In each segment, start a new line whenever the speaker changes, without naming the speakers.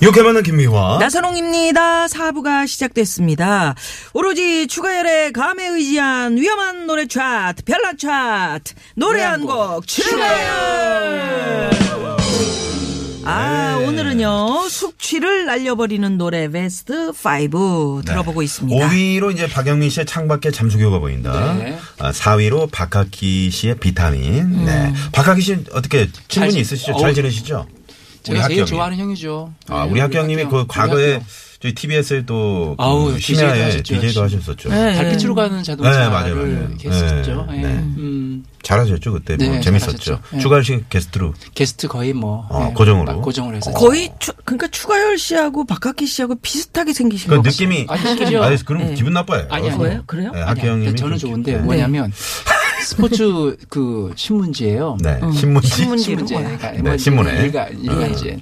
이렇게 만난 김미화.
나선홍입니다. 사부가 시작됐습니다. 오로지 추가열의 감에 의지한 위험한 노래 차트, 별난 차트, 노래 한 곡 추가열! 아, 오늘은요, 숙취를 날려버리는 노래 베스트 5 들어보고 있습니다.
5위로 이제 박영민 씨의 창밖에 잠수교가 보인다.
네.
아, 4위로 박학기 씨의 비타민. 네. 박학기 씨는 어떻게 친분이
음. 잘-
있으시죠?
어우,
잘 지내시죠? 우리
제가 제일
학교
좋아하는 형이죠.
아,
네,
우리 학교 형님이
학교
그
형.
과거에
우리
저희 TBS에 또
아우,
그
DJ 도
심야에
하셨죠.
DJ도 하셨었죠.
네.
학교 달빛으로 가는
네, 맞아요, 맞아요.
자동차를 이렇게 했었죠.
네,
예.
네.
음,
잘하셨죠, 그때.
네,
뭐 재밌었죠.
잘하셨죠. 네.
주간 씨 게스트로. 그
게스트 거의 뭐
어,
예,
고정으로. 어.
막 고정으로 해서
거의, 추- 그러니까 추가열 씨하고 박학기 씨하고 비슷하게 생기신
그
것 같아요.
느낌이.
아니 싫죠.
아니, 그럼 기분 나빠요.
아니, 아니.
왜요? 그래요?
네,
아니,
학교
아니,
형님이.
저는
좀-
좋은데
네.
뭐냐면 스포츠 그 신문지예요.
음.
네. 신문지.
신문지.
음. 신문지.
뭐야?
그러니까
네,
뭐
신문에.
읽어 읽어
네.
이제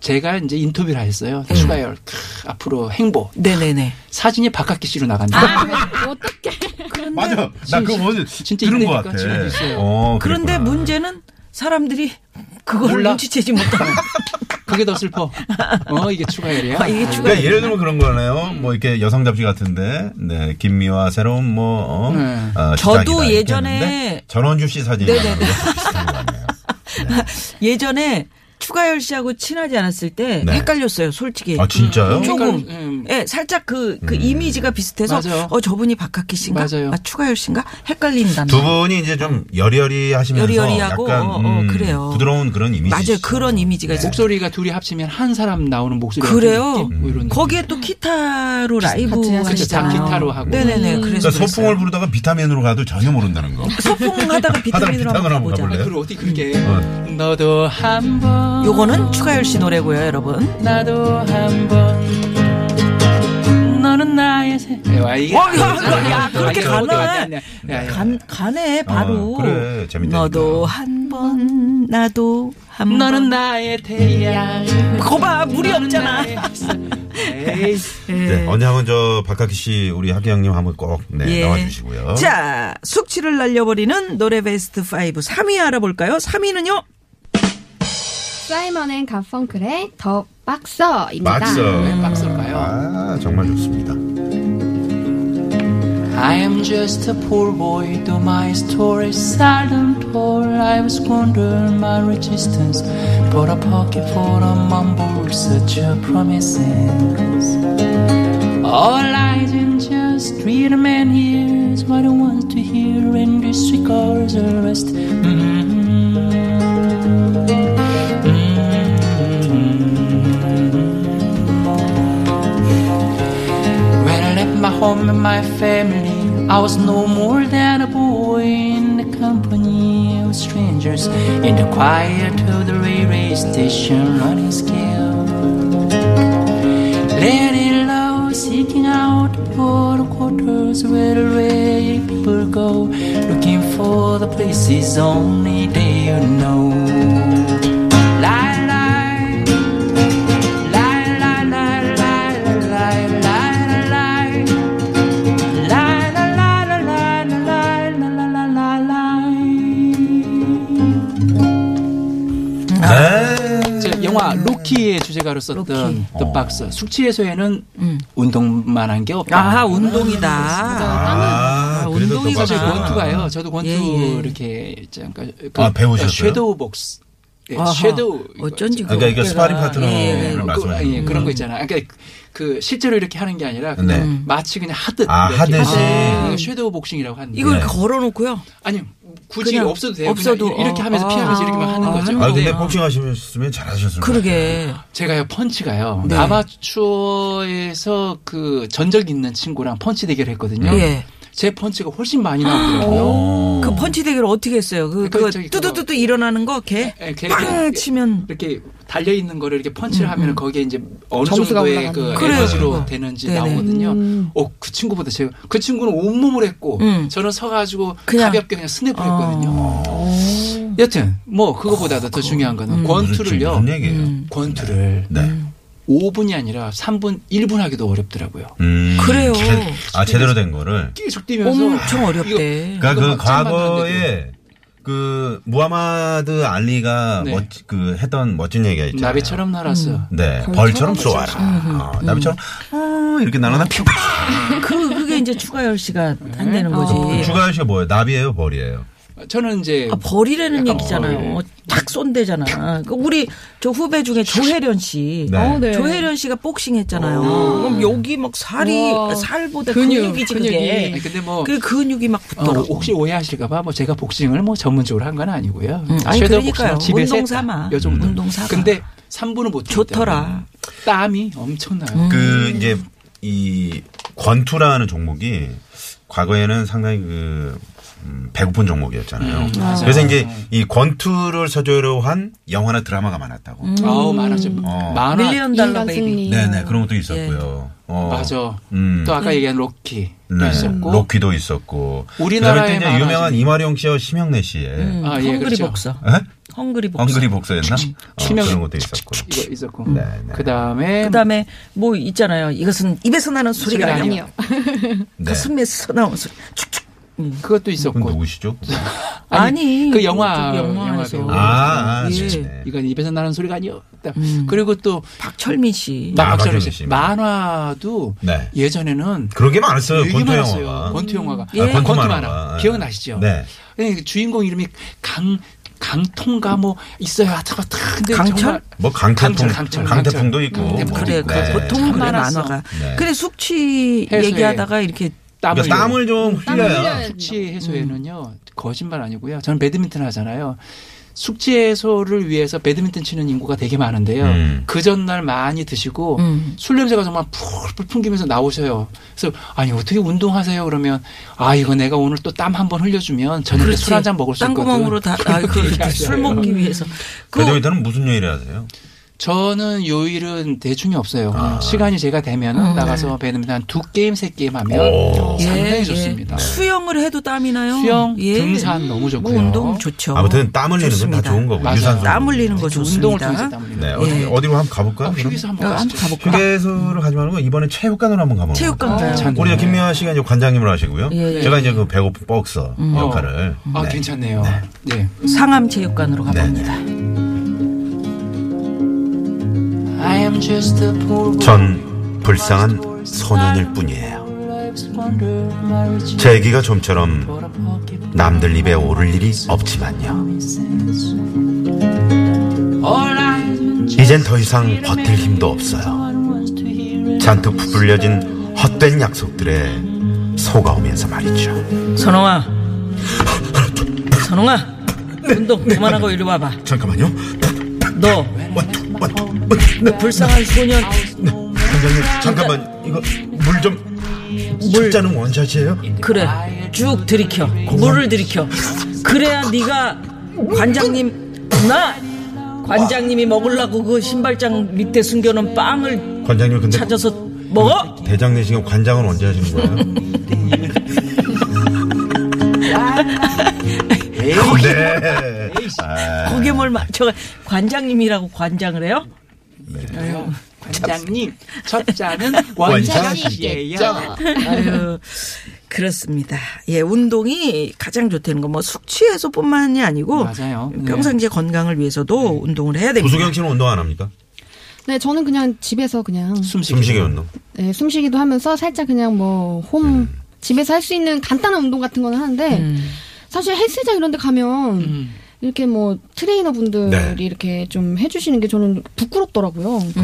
제가 이제 인터뷰를 했어요. 추가열 크, 앞으로 행보
네네네.
사진이 박학기 씨로
아!
나간다.
맞아. 나 그거 오늘
진짜
들은 것
이러니까
같아.
지금 있어요.
어,
그런데
그랬구나.
문제는 사람들이 그걸
몰라.
눈치채지 못하고.
그게 더 슬퍼. 어 이게 추가열이야.
아, 이게 추가열.
그러니까 예를 들면 그런 거네요. 뭐 이렇게 여성 잡지 같은데, 네 김미화 새로운 뭐 어,
네.
어,
저도
시작이다 이렇게
예전에-
했는데 전원주 씨 사진이
네네네.
나오는 거 비슷한 거 아니에요?
예전에 추가열 씨하고 친하지 않았을 때
네.
헷갈렸어요, 솔직히.
아 진짜요? 음.
조금.
헷갈리- 음.
예, 살짝 그, 그 이미지가 비슷해서
맞아요.
어, 저분이 박학기 씨인가?
맞아요.
아, 추가열 씨인가? 헷갈린다.
두 분이 이제 좀 여리여리 하시면서
여리여리하고,
약간
어, 어,
음,
그래요.
부드러운 그런 이미지.
맞아요. 그런 이미지가 있어요.
목소리가 둘이 합치면 한 사람 나오는 목소리
그래요? 음.
뭐 이런
거기에 또 기타로 라이브
그렇죠.
하시잖아요.
기타로 하고.
네네네. 그래서
그러니까 소풍을
소풍을
부르다가 비타민으로 가도 전혀 모른다는 거.
소풍 하다가 비타민으로
비타민으로
한번
한번
가보자. 아,
가볼래요?
그걸 어디 그렇게
어.
너도 한번
음. 요거는 추가열 씨 노래고요,
음.
여러분.
나도 한번 너는 나의 세. 와 이게 아,
와, 어, 야, 야, 야, 그렇게 갈라. 간 간에 바로
어, 그래. 재밌다니까.
너도 한 번 나도 한
너는
번.
나의 태양.
거봐 물이 없잖아.
에이.
네, 언제 한번 저 박학기 씨 우리 학교 형님 한번 꼭 네,
예.
나와주시고요.
자, 숙취를 날려버리는 노래 베스트 5 3위 알아볼까요? 3위는요?
사이먼 앤 가펑클의 더 박서입니다.
막서.
네, 박수일까요? 음.
아 정말 좋습니다.
I am just a poor boy, though my story is seldom told. I've squandered my resistance, but a pocket full of mumbles, such a promises. All lies and just read a man hears what he wants to hear, and disregards the rest. Mm-hmm. Mm. Mm-hmm. When I left my home and my family, I was no more than a boy in the company of strangers, in the quiet of the railway station, running scared. Lady low, seeking out poor quarters where the way people go, looking for the places only they know. Lie, lie, lie, lie, lie, lie, lie, lie, lie, lie, lie, lie, lie, lie, lie, lie, lie, lie.
네.
제 영화 로키의 주제가로 썼던 더
어.
박스 숙취 해소에는 운동만 한 게 없다.
음. 아하, 운동이다.
아, 그래서
운동이
또 아,
사실
사실
박수.
권투가요. 저도 권투
예, 예.
이렇게 잠깐 그
아, 배우셨어요?
섀도우 복스. 네,
아하,
섀도우 이거
어쩐지
있잖아요.
그러니까 이게
어깨가-
스파링 파트너를
예, 예.
말씀하시는
그,
거예요.
예, 그런 거 있잖아. 그러니까 그 실제로 이렇게 하는 게 아니라 그냥
네.
음.
마치 그냥 하듯
아,
이렇게
하듯이.
아, 섀도우 복싱이라고 하는데
이걸
네.
걸어놓고요.
아니 굳이
그냥
없어도 돼요.
없어도,
그냥 이렇게
어,
하면서
아.
피하면서 이렇게만 하는 거죠.
아,
네.
근데 복싱 하셨으면 잘하셨을 것
그러게.
제가요 펀치가요
네.
아마추어에서 그 전적 있는 친구랑 펀치 대결을 했거든요.
예.
제 펀치가 훨씬 많이 나오더라고요.
그 펀치 대결 어떻게 했어요? 그,
어. 그러니까
그,
저기
뚜두뚜두 일어나는 거, 걔.
예, 걔
빵!
이렇게-
치면. 음,
이렇게 달려 있는 거를 이렇게 펀치를 하면 거기에 이제 어느
점수가
정도의
올라가는
그
그래요.
에너지로 되는지
네네.
나오거든요. 어, 그 친구보다 제가 그 친구는 온몸을 했고
음.
저는 서가지고
그냥.
가볍게 그냥 스냅을
어.
했거든요. 여튼 뭐 그거보다도
아,
더 중요한 거는
음.
권투를요. 음.
무슨 그렇죠. 얘기예요?
권투를
네.
5분이 아니라 3분, 1분 하기도 어렵더라고요.
음,
그래요.
제- 아 제대로 된 거를.
계속 뛰면서
엄청 어렵대.
이거-
그러니까 그
막 짠만 하는데도.
과거에 그 무하마드 알리가
네.
멋, 그 했던 멋진 얘기가 있잖아요.
나비처럼 그렇죠. 음, 날았어.
네, 벌처럼 쏘아라. 어, 나비처럼 어, 이렇게 날아나 피부.
음. 예.
그 그게 이제 추가열 씨가 안
네?
되는 거지.
어,
주가연 씨가 뭐예요? 나비예요, 벌이에요?
저는 이제
아, 버리라는
약간
얘기잖아요. 어,
벌.
탁 쏜대잖아. 그 우리 저 후배 중에 조혜련 씨.
네.
어, 네.
조혜련 씨가 복싱 했잖아요. 그럼 여기 막 살이
우와.
살보다
근육,
근육, 이지
아니,
그게.
근데 뭐
그 근육이 막
어,
붙더라고.
혹시 오해하실까봐 뭐 제가 복싱을 뭐 전문적으로 한 건 아니고요.
음, 아니,
섀도우
그러니까요.
복싱을 집에서
운동 삼아.
했다. 요 정도.
운동 삼아.
근데 3분은 못 뛰기
좋더라. 음.
때문에 땀이 엄청나요.
그 이제 이 권투라는 종목이 과거에는 상당히 그 음, 배고픈 종목이었잖아요. 그래서 이제 이 권투를 서재로 한 영화나 드라마가 많았다고.
아우 많았죠.
어.
만화.
밀리언 달러
인간
베이비.
승리.
네네 그런 것도 있었고요. 어,
맞아.
음.
또 아까 얘기한 로키 도
네,
있었고.
로키도 있었고. 그다음에
우리나라의
또 이제
만화
유명한
중에.
이마룡 씨와 심영래 씨의
음,
아, 예,
헝그리
그렇죠.
복서.
에?
헝그리 복서.
헝그리 복서였나? 어,
치명-
그런 것도 있었고.
이거 있었고.
네, 네.
그 다음에
그다음에 뭐 있잖아요. 이것은 입에서 나는 소리가
소리가
아니야.
아니야.
아니요.
네.
가슴에서 나오는 소리. 축축.
그것도
그건
있었고.
누구시죠?
아니,
그 영화
그 영화
영화
안에서.
배우.
아, 아
예.
네네. 음.
이건 입에서 나는 소리가 아니었다. 그리고 또
박철민 씨.
나- 아,
막절이
박철민 씨.
만화도
네.
예전에는
그런 게 많았어요.
되게
권투
많았어요.
영화가.
권투 영화가.
예. 권투
권투
만화가.
만화.
예.
기억나시죠?
네.
예, 주인공 이름이 강 강통가 뭐 있어요. 하다가 근데
강철?
정말
뭐 강태풍,
강철, 강철,
강태풍도 있고.
음,
뭐
그래
있고.
그
네.
보통 그
참 많았어.
만화가.
네.
그래 숙취
해소에.
얘기하다가 이렇게
땀을
그러니까 땀을 좀 흘려야.
흘려야-
숙취
음.
해소에는요 거짓말 아니고요. 저는 배드민턴 하잖아요. 숙취 해소를 위해서 배드민턴 치는 인구가 되게 많은데요.
음.
그 전날 많이 드시고
음.
술 냄새가 정말 풀풀 풍기면서 나오셔요. 그래서 아니 어떻게 운동하세요? 그러면 아 이거 내가 오늘 또 땀 한 번 흘려주면 저녁에 음, 술 한 잔 먹을 수 있거든.
땅구멍으로 다, 아, 그, 술 먹기 위해서. 그,
배드민턴은 무슨 요일에 하세요?
저는 요일은 대충이 없어요.
아.
시간이 제가 되면
음. 네.
나가서 배드민턴 한 두 게임 세 게임 하면
오.
상당히 좋습니다.
예, 수영을 해도 땀이 나요.
수영,
예.
등산 너무
뭐
좋고요.
운동 좋죠.
아무튼 땀 흘리는 건 다
좋습니다.
좋은 거고.
맞아요.
유산소.
땀 흘리는 거
운동을
좋습니다.
통해서 땀 흘리는
네.
거.
어디,
예.
어디로 한번 가볼까요?
어,
그럼?
휴게소 한번
야, 아, 한번
가시죠.
가볼까?
휴게소를 가지 말고 이번에 체육관으로 한번 가보면
체육관 가요.
괜찮네.
우리 김미아 씨가 이제 관장님을 하시고요.
예, 예.
제가 이제 그 배고픈 복서 역할을.
아
네.
괜찮네요. 네.
상암체육관으로
네, 네.
가봅니다.
I am just a poor
전 불쌍한 소년일 뿐이에요. 제 얘기가 좀처럼 남들 입에 오를 일이 없지만요. 이젠 더 이상 버틸 힘도 없어요. 잔뜩 부풀려진 헛된 약속들에 속아오면서 말이죠.
선홍아. 선홍아.
네.
운동 그만하고 이리 와봐.
잠깐만요.
너,
원투 원투 원투. 네,
불쌍한 소년.
선생님 잠깐만 이거 물 좀 물자는 원샷이에요?
그래. 쭉 들이켜. 물을 들이켜. 그래야 네가 관장님, 나! 관장님이 먹으려고 그 신발장 밑에 숨겨놓은 빵을
관장님 근데
찾아서 먹어?
대장 내시경 관장은 언제 하시는 거예요? 네. 아,
그게 뭘 맞춰 관장님이라고 관장을 해요?
관장님 첫 잔은
원샷이에요.
원샷이에요.
아유, 그렇습니다. 예, 운동이 가장 좋다는 거 뭐 숙취해소뿐만이 아니고
맞아요. 네.
평상시에 건강을 위해서도 운동을 해야 됩니다.
부수경 씨는 운동 안 합니까?
네, 저는 그냥 집에서 그냥
숨쉬기 운동.
네, 숨쉬기도 하면서 살짝 그냥 뭐 홈
네.
집에서 할 수 있는 간단한 운동 같은 건 하는데
음.
사실 헬스장 이런 데 가면 이렇게 뭐 트레이너 분들이
네.
이렇게 좀 해주시는 게 저는 부끄럽더라고요. 그래서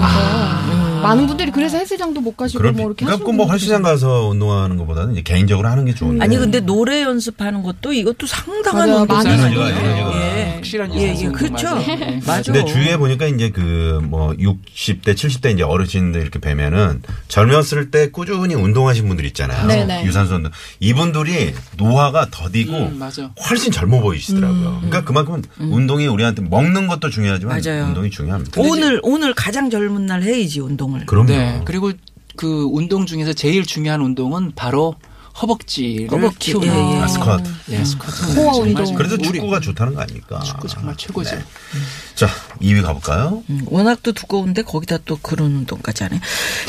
많은 분들이 그래서 헬스장도 못 가시고
아. 그럼
뭐 이렇게
그러니까
하시는
꼭뭐
분들이
헬스장 가서 운동하는 것보다는 이제 개인적으로 하는 게 좋은데.
아니 근데 노래 연습하는 것도 이것도 상당한
맞아요.
운동이
많은
아니에요?
에너지가, 에너지가.
예.
확실한
예,
유산소
예,
운동
그렇죠.
맞아요. 네.
맞아.
근데 주위에 보니까 이제 그 뭐 60대, 70대 이제 어르신들 이렇게 뵈면은 젊었을 때 꾸준히 운동하신 분들 있잖아요.
네네.
유산소 운동. 이분들이 노화가 더디고
음, 맞아.
훨씬 젊어 보이시더라고요. 그러니까 그만큼 운동이 우리한테 먹는 것도 중요하지만
맞아요.
운동이 중요합니다.
오늘 오늘 가장 젊은 날 해야지 운동을.
그럼요.
네. 그리고 그 운동 중에서 제일 중요한 운동은 바로 허벅지를
허벅지,
키우는
예, 예.
아, 스쿼트.
예, 스쿼트.
코어
정말
운동.
그래도
우리
축구가 좋다는 거 아닙니까?
축구 정말 최고죠.
네. 자, 2위 가볼까요?
음, 워낙 또 두꺼운데 거기다 또 그런 운동까지 하네.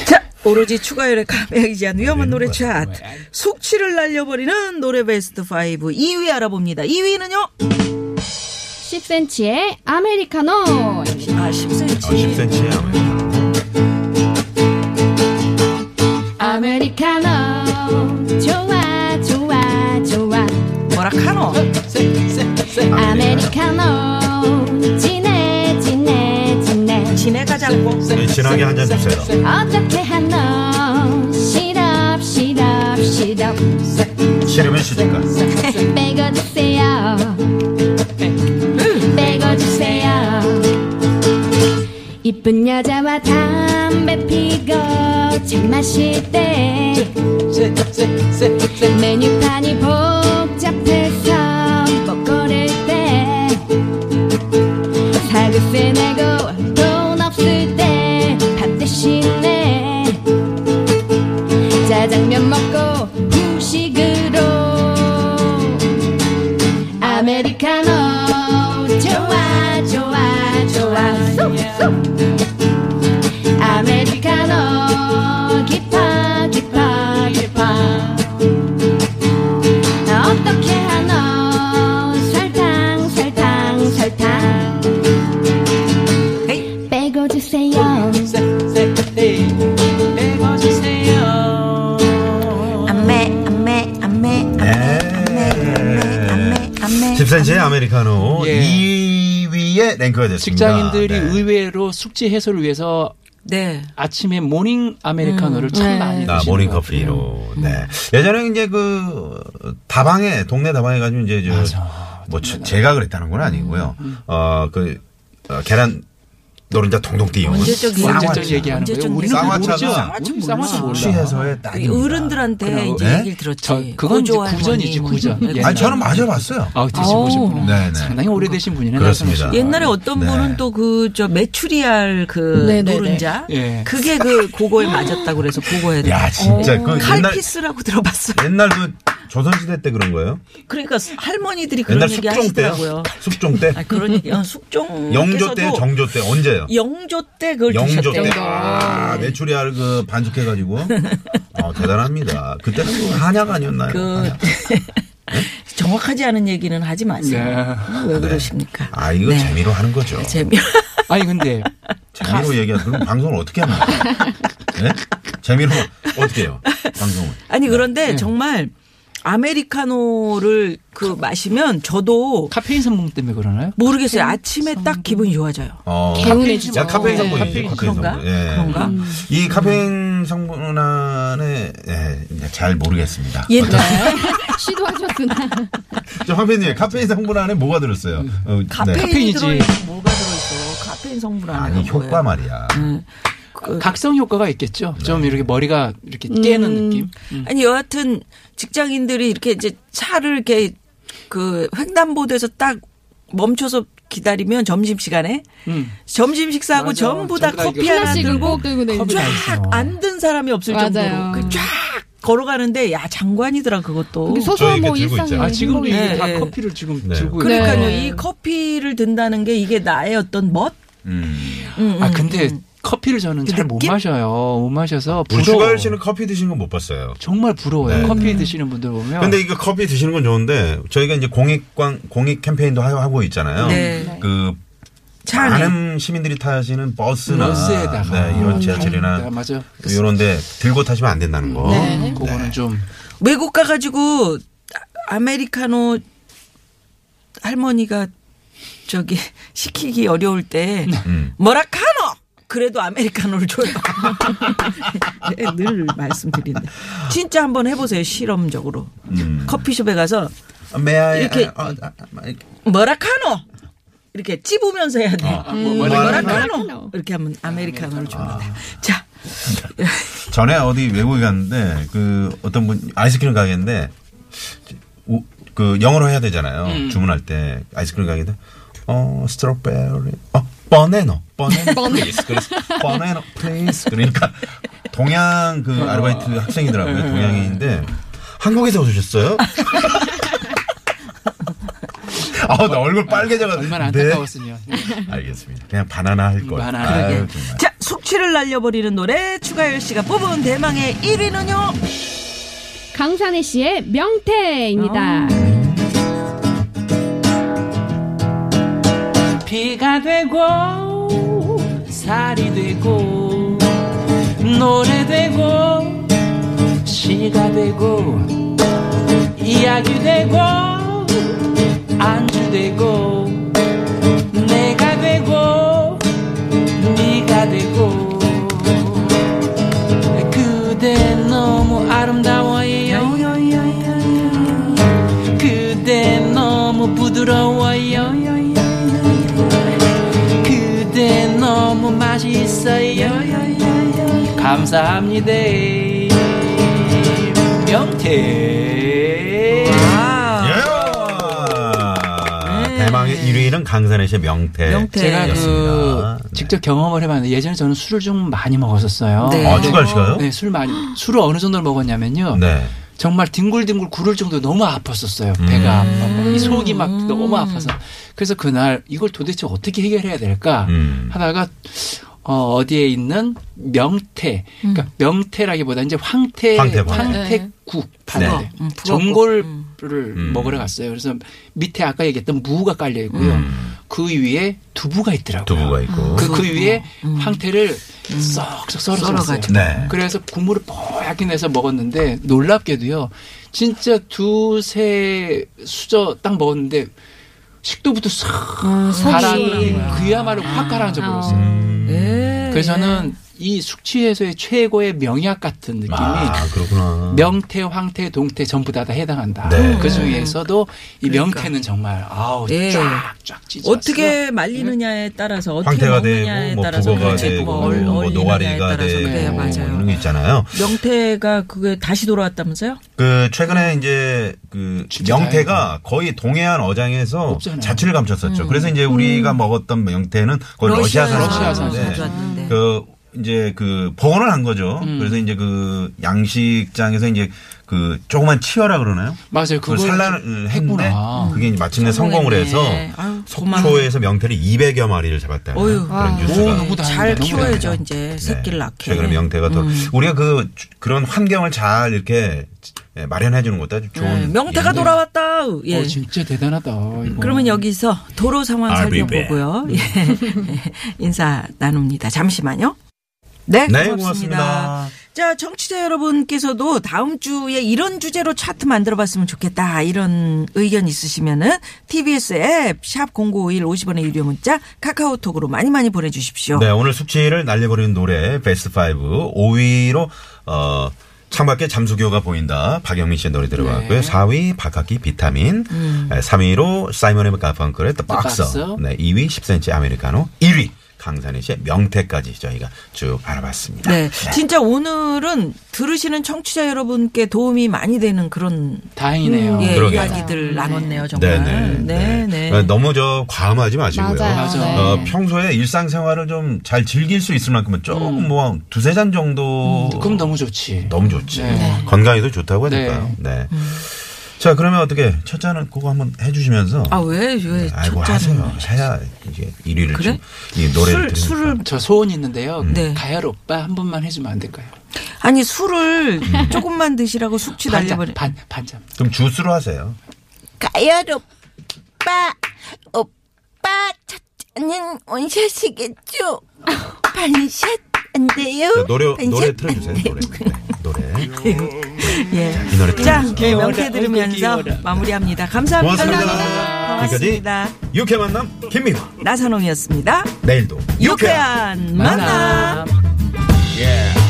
자, 오로지 추가열에 감행이지 않은 위험한 노래
네,
차트. 속취를 날려버리는 노래 베스트 5 2위 알아봅니다. 2위는요?
10cm의
음.
아메리카노. 역시.
아, 10cm.
아, 10cm 아메리카노.
아메리카노. 좋아, 좋아, 좋아.
뭐라 카노?
아메리카노. 진해, 진해, 진해.
지내가자고.
네, 진하게 한 잔 주세요.
어떻게 하노? 시럽, 시럽, 시럽.
싫으면 시집가.
빼고주세요. 빼고주세요. 이쁜 여자와 담배 피고 책 마실 때 메뉴판이 복잡해서 못 고를 때 사글세 내고 돈 없을 때 밥 대신에 짜장면 먹고 후식으로 아메리카노 좋아 좋아 좋아 쏙쏙 아메리카노 깊어 깊어 깊어 어떻게 하노 설탕 설탕 설탕 빼고 주세요
네.
안매, 안매, 안매,
네. 10cm의 아메리카노
예.
2위에 랭크가 됐습니다.
직장인들이
네.
의외로 숙제 해소를 위해서
네.
아침에 모닝 아메리카노를 참 많이
아,
드시는
모닝
것 같아요.
커피로. 네. 예전에 이제 그 다방에 동네 다방에 가지고 이제
맞아. 음,
저뭐 제가 그랬다는 건 아니고요. 어그 어, 계란 노른자 동동 띄우고
언제적 얘기-
언제적
쌍화차.
얘기하는
언제적
거예요? 우리
얘기는
쌍화차가
모르죠.
우리
쌍화차 몰라.
쌍화차 몰라.
시해서의
우리
딱입니다.
어른들한테
그럼,
이제
네?
얘기를 들었지.
저- 그건 이제
고조
구전이지,
할머니.
구전. 예.
네.
옛날.
아니 저는 맞아봤어요.
아, 드셔보셨구나.
네네.
상당히 오래되신 분이네.
그렇습니다.
나선호 씨.
옛날에 어떤
네.
분은 또 그 저 메추리알 그
네네네.
노른자
예.
그게 그 고거에 맞았다고 그래서 고거에
야 진짜 그 옛날
어. 칼피스라고 들어봤어.
옛날 그 조선시대 때 그런 거예요?
그러니까 할머니들이 그런
옛날
얘기
숙종 때요?
하시더라고요.
숙종 때?
아 그런 얘기 어, 숙종
영조 때,
께서도
정조 때 언제요?
영조 때 그걸
영조 때.
드셨대요.
아, 메추리알 그 반죽해가지고. 어, 대단합니다. 그때는 그 한약 아니었나요?
그
한약.
정확하지 않은 얘기는 하지 마세요.
네.
왜 그러십니까?
아, 이거
네.
재미로 하는 거죠.
재미.
아니 근데
재미로 얘기하는, 그럼 방송을 어떻게 하는 거예요? 네? 재미로 어떻게 해요? 방송을.
아니 그런데
네.
정말 아메리카노를 그 마시면 저도
카페인 성분 때문에 그러나요?
모르겠어요.
네.
아침에 딱 기분이 좋아져요.
어,
개운해지죠.
야, 카페인 성분이지.
네.
카페인
그런가?
성분. 예.
그런가? 음.
이 카페인 성분 안에, 예, 이제 잘 모르겠습니다.
옛날
시도하셨구나.
저 황배님, 카페인 성분 안에 뭐가 들었어요? 어, 네.
카페인이
카페인이지.
들어있고 뭐가 들어있어? 카페인 성분 안에
아니,
뭐예요?
효과 말이야.
그-
각성 효과가 있겠죠. 좀 이렇게 머리가 이렇게 깨는 느낌.
음. 아니 여하튼 직장인들이 이렇게 이제 차를 이렇게 그 횡단보도에서 딱 멈춰서 기다리면 점심 시간에
음.
점심 식사하고
맞아.
전부 다
전부 다
커피
이거
하나
하나씩은
들고
꼭 들고 다니죠.
어.
쫙안 든 사람이 없을
맞아요.
정도로 그쫙 걸어가는데 야 장관이더라 그것도.
우리
저희
소소한
이렇게
뭐
들고
일상의
있잖아요.
아 지금도 이게
네,
다
네.
커피를 지금
네.
들고 있는
그러니까요
거예요.
이 커피를 든다는 게 이게 나의 어떤 멋.
음.
아 근데 커피를 저는
그
잘 못
느낌?
마셔요. 못 마셔서
우리
부러워.
추가열 씨는 커피 드시는 건 못 봤어요.
정말 부러워요.
네.
커피 드시는 분들 보면.
근데 이거 커피 드시는 건 좋은데 저희가 이제 공익광 공익 캠페인도 하- 하고 있잖아요.
네.
그
차 안에.
많은 시민들이 타시는 버스나
버스에다가
네, 이런 지하철이나 어?
네, 맞아.
이런데 들고 타시면 안 된다는 거.
네.
그거는 좀
외국 가가지고 아- 아메리카노 할머니가 저기 시키기 어려울 때
음.
뭐라카노 그래도 아메리카노를 줘요. 예, 늘 말씀드리는데 진짜 한번 해보세요
음.
실험적으로 커피숍에 가서
May I-
이렇게-
아, 아, 아, 아,
뭐라카노 이렇게 찝으면서 해야 돼.
어.
음,
음.
머라카노.
머라카노.
이렇게 하면 아메리카노를 줍니다. 자,
전에 어디 외국에 갔는데 그 어떤 분 아이스크림 가게인데 오- 그 영어로 해야 되잖아요.
음.
주문할 때 아이스크림 가게인데 어 스트로베리 어 버네노 버네노 플리즈 그래서 버네노 플리즈 그러니까 동양 그 아르바이트
어.
학생이더라고요.
네.
동양인인데 한국에서 오셨어요? 아우 나 얼굴 빨개져가
얼마나 안타까웠으면.
알겠습니다. 그냥 바나나 할 걸.
바나나.
아유,
그러게.
정말.
예. 자, 숙취를 날려버리는 노래 추가열 씨가 뽑은 대망의 1위는요.
강산혜 씨의 명태입니다.
피가 되고 살이 되고 노래 되고 시가 되고 이야기 되고 안주 되고 내가 되고 네가 되고 그대 너무 아름다워요 그대 너무 부드러워요 그대 너무 맛있어요 감사합니다 명태
아.
예!
네.
대망의 1위는 강산의 씨의 명태.
명태.
제가 그
였습니다. 네.
직접 경험을 해봤는데 예전에 저는 술을 좀 많이 먹었었어요
네.
아, 추가할 시가요?
네, 술 많이 술을 어느 정도를 먹었냐면요
네.
정말 뒹굴뒹굴 구를 정도 로 너무 아팠었어요. 배가
음.
아파. 이 속이 막 너무 아파서. 그래서 그날 이걸 도대체 어떻게 해결해야 될까
음.
하다가 어, 어디에 있는 명태,
음.
그러니까 명태라기보다 이제 황태,
황태밥.
황태국 파는데
음, 네. 북어국.
전골을
음.
먹으러 갔어요. 그래서 밑에 아까 얘기했던 무가 깔려 있고요.
음.
그 위에 두부가 있더라고요.
두부가 있고.
그, 그 위에 황태를 쏙쏙 썰어서
음. 썰어가지고.
네.
그래서 국물을 뽀얗게 내서 먹었는데 놀랍게도요. 진짜 두세 수저 딱 먹었는데 식도부터 싹
음. 속이. 음.
아,
가라
네.
그야말로 확 가라앉아 버렸어요.
예?
예. 네.
그래서는 이 숙취해소의 최고의 명약 같은 느낌이
아, 그렇구나.
명태, 황태, 동태 전부 다 다 해당한다.
네.
그 중에서도 이 명태는 정말 아우
그러니까. 예.
쫙쫙 찢어.
어떻게 말리느냐에 따라서 어떻게
황태가
먹느냐에
되고, 뭐,
따라서
북어가
그렇지,
되고,
북어가 얼-
뭐,
얼리느냐에
노가리가
따라서
되고,
네,
그래
뭐 이런
맞아요.
게 있잖아요.
명태가 그게 다시 돌아왔다면서요?
그, 최근에 이제, 그,
진짜
명태가 거의 동해안 어장에서
없잖아요.
자취를 감췄었죠. 그래서 이제 우리가 먹었던 명태는 거의
음. 러시아에서
그 러시아산.
러시아산.
네.
가져왔는데.
그 이제 그 복원을 한 거죠.
음.
그래서 이제 그 양식장에서 이제 그 조그만 치어라 그러나요?
맞아요.
그걸
그걸
산란을 했는데
했구나.
그게 이제 마침내 성공을
아. 성공했네.
해서
아유, 고마워.
속초에서 명태를 200여 마리를 잡았다는
어휴.
그런
오,
뉴스가 네.
너무 다행이다.
잘
너무
키워야죠
다행이다.
이제 새끼를 낳게. 음.
최근에 명태가 더 우리가 그 주- 그런 환경을 잘 이렇게 예, 마련해 주는 것도 아주 좋은
네, 명태가
일인데.
돌아왔다. 예.
어, 진짜 대단하다. 이거.
그러면 여기서 도로 상황
I'll be back.
살펴보고요. 예. 인사 나눕니다. 잠시만요. 네,
네,
고맙습니다.
고맙습니다.
자, 청취자 여러분께서도 다음 주에 이런 주제로 차트 만들어 봤으면 좋겠다. 이런 의견 있으시면은 TBS 앱 샵 0951 50원의 유료 문자 카카오톡으로 많이 많이 보내 주십시오.
네, 오늘 숙취를 날려버리는 노래 베스트 5 5위로 어 창밖에 잠수교가 보인다. 박영민 씨의 노래 들어봤고요. 4위 박학기 비타민. 네, 3위로 사이먼 앤 가펑클의 The Boxer.
Boxer.
네, 2위 10cm 아메리카노. 1위 강산희 씨의 명태까지 저희가 쭉 알아봤습니다.
네, 진짜 오늘은 들으시는 청취자 여러분께 도움이 많이 되는 그런
다행이네요.
예,
그러게요.
이야기들 나눴네요,
네,
정말.
네,
네, 네.
어, 너무 저 과음하지 마시고요.
맞아요.
맞아요.
어, 평소에 일상생활을 좀 잘 즐길 수 있을 만큼은 조금 뭐 두세 잔 정도
음, 그럼 너무 좋지.
너무 좋지.
네.
건강에도 좋다고 해야
네.
될까요?
음.
네. 자, 그러면 어떻게 첫 잔은 그거 한번 해주시면서.
아, 왜, 왜,
네, 아이고, 하세요. 해야 이제 1위를
그래?
지금 이 노래를
술, 술을,
저 소원 있는데요.
음.
네.
가열 오빠 한 번만 해주면 안 될까요?
아니, 술을
음.
조금만 드시라고 숙취 날려버리.
반, 반점.
그럼 주스로 하세요.
가열 오빠 오빠 첫 잔은 원샷이겠죠? 반샷 안 돼요?
자, 노래,
반샷
노래
안
틀어주세요.
돼요?
노래. 네, 노래.
예.
이 노래
자,
틀어주세요.
명태 들으면서 마무리합니다. 감사합니다.
고맙습니다.
고맙습니다.
유쾌 만남 김미화.
나선홍이었습니다.
내일도 유쾌한
유쾌한 만남.
만남.
예.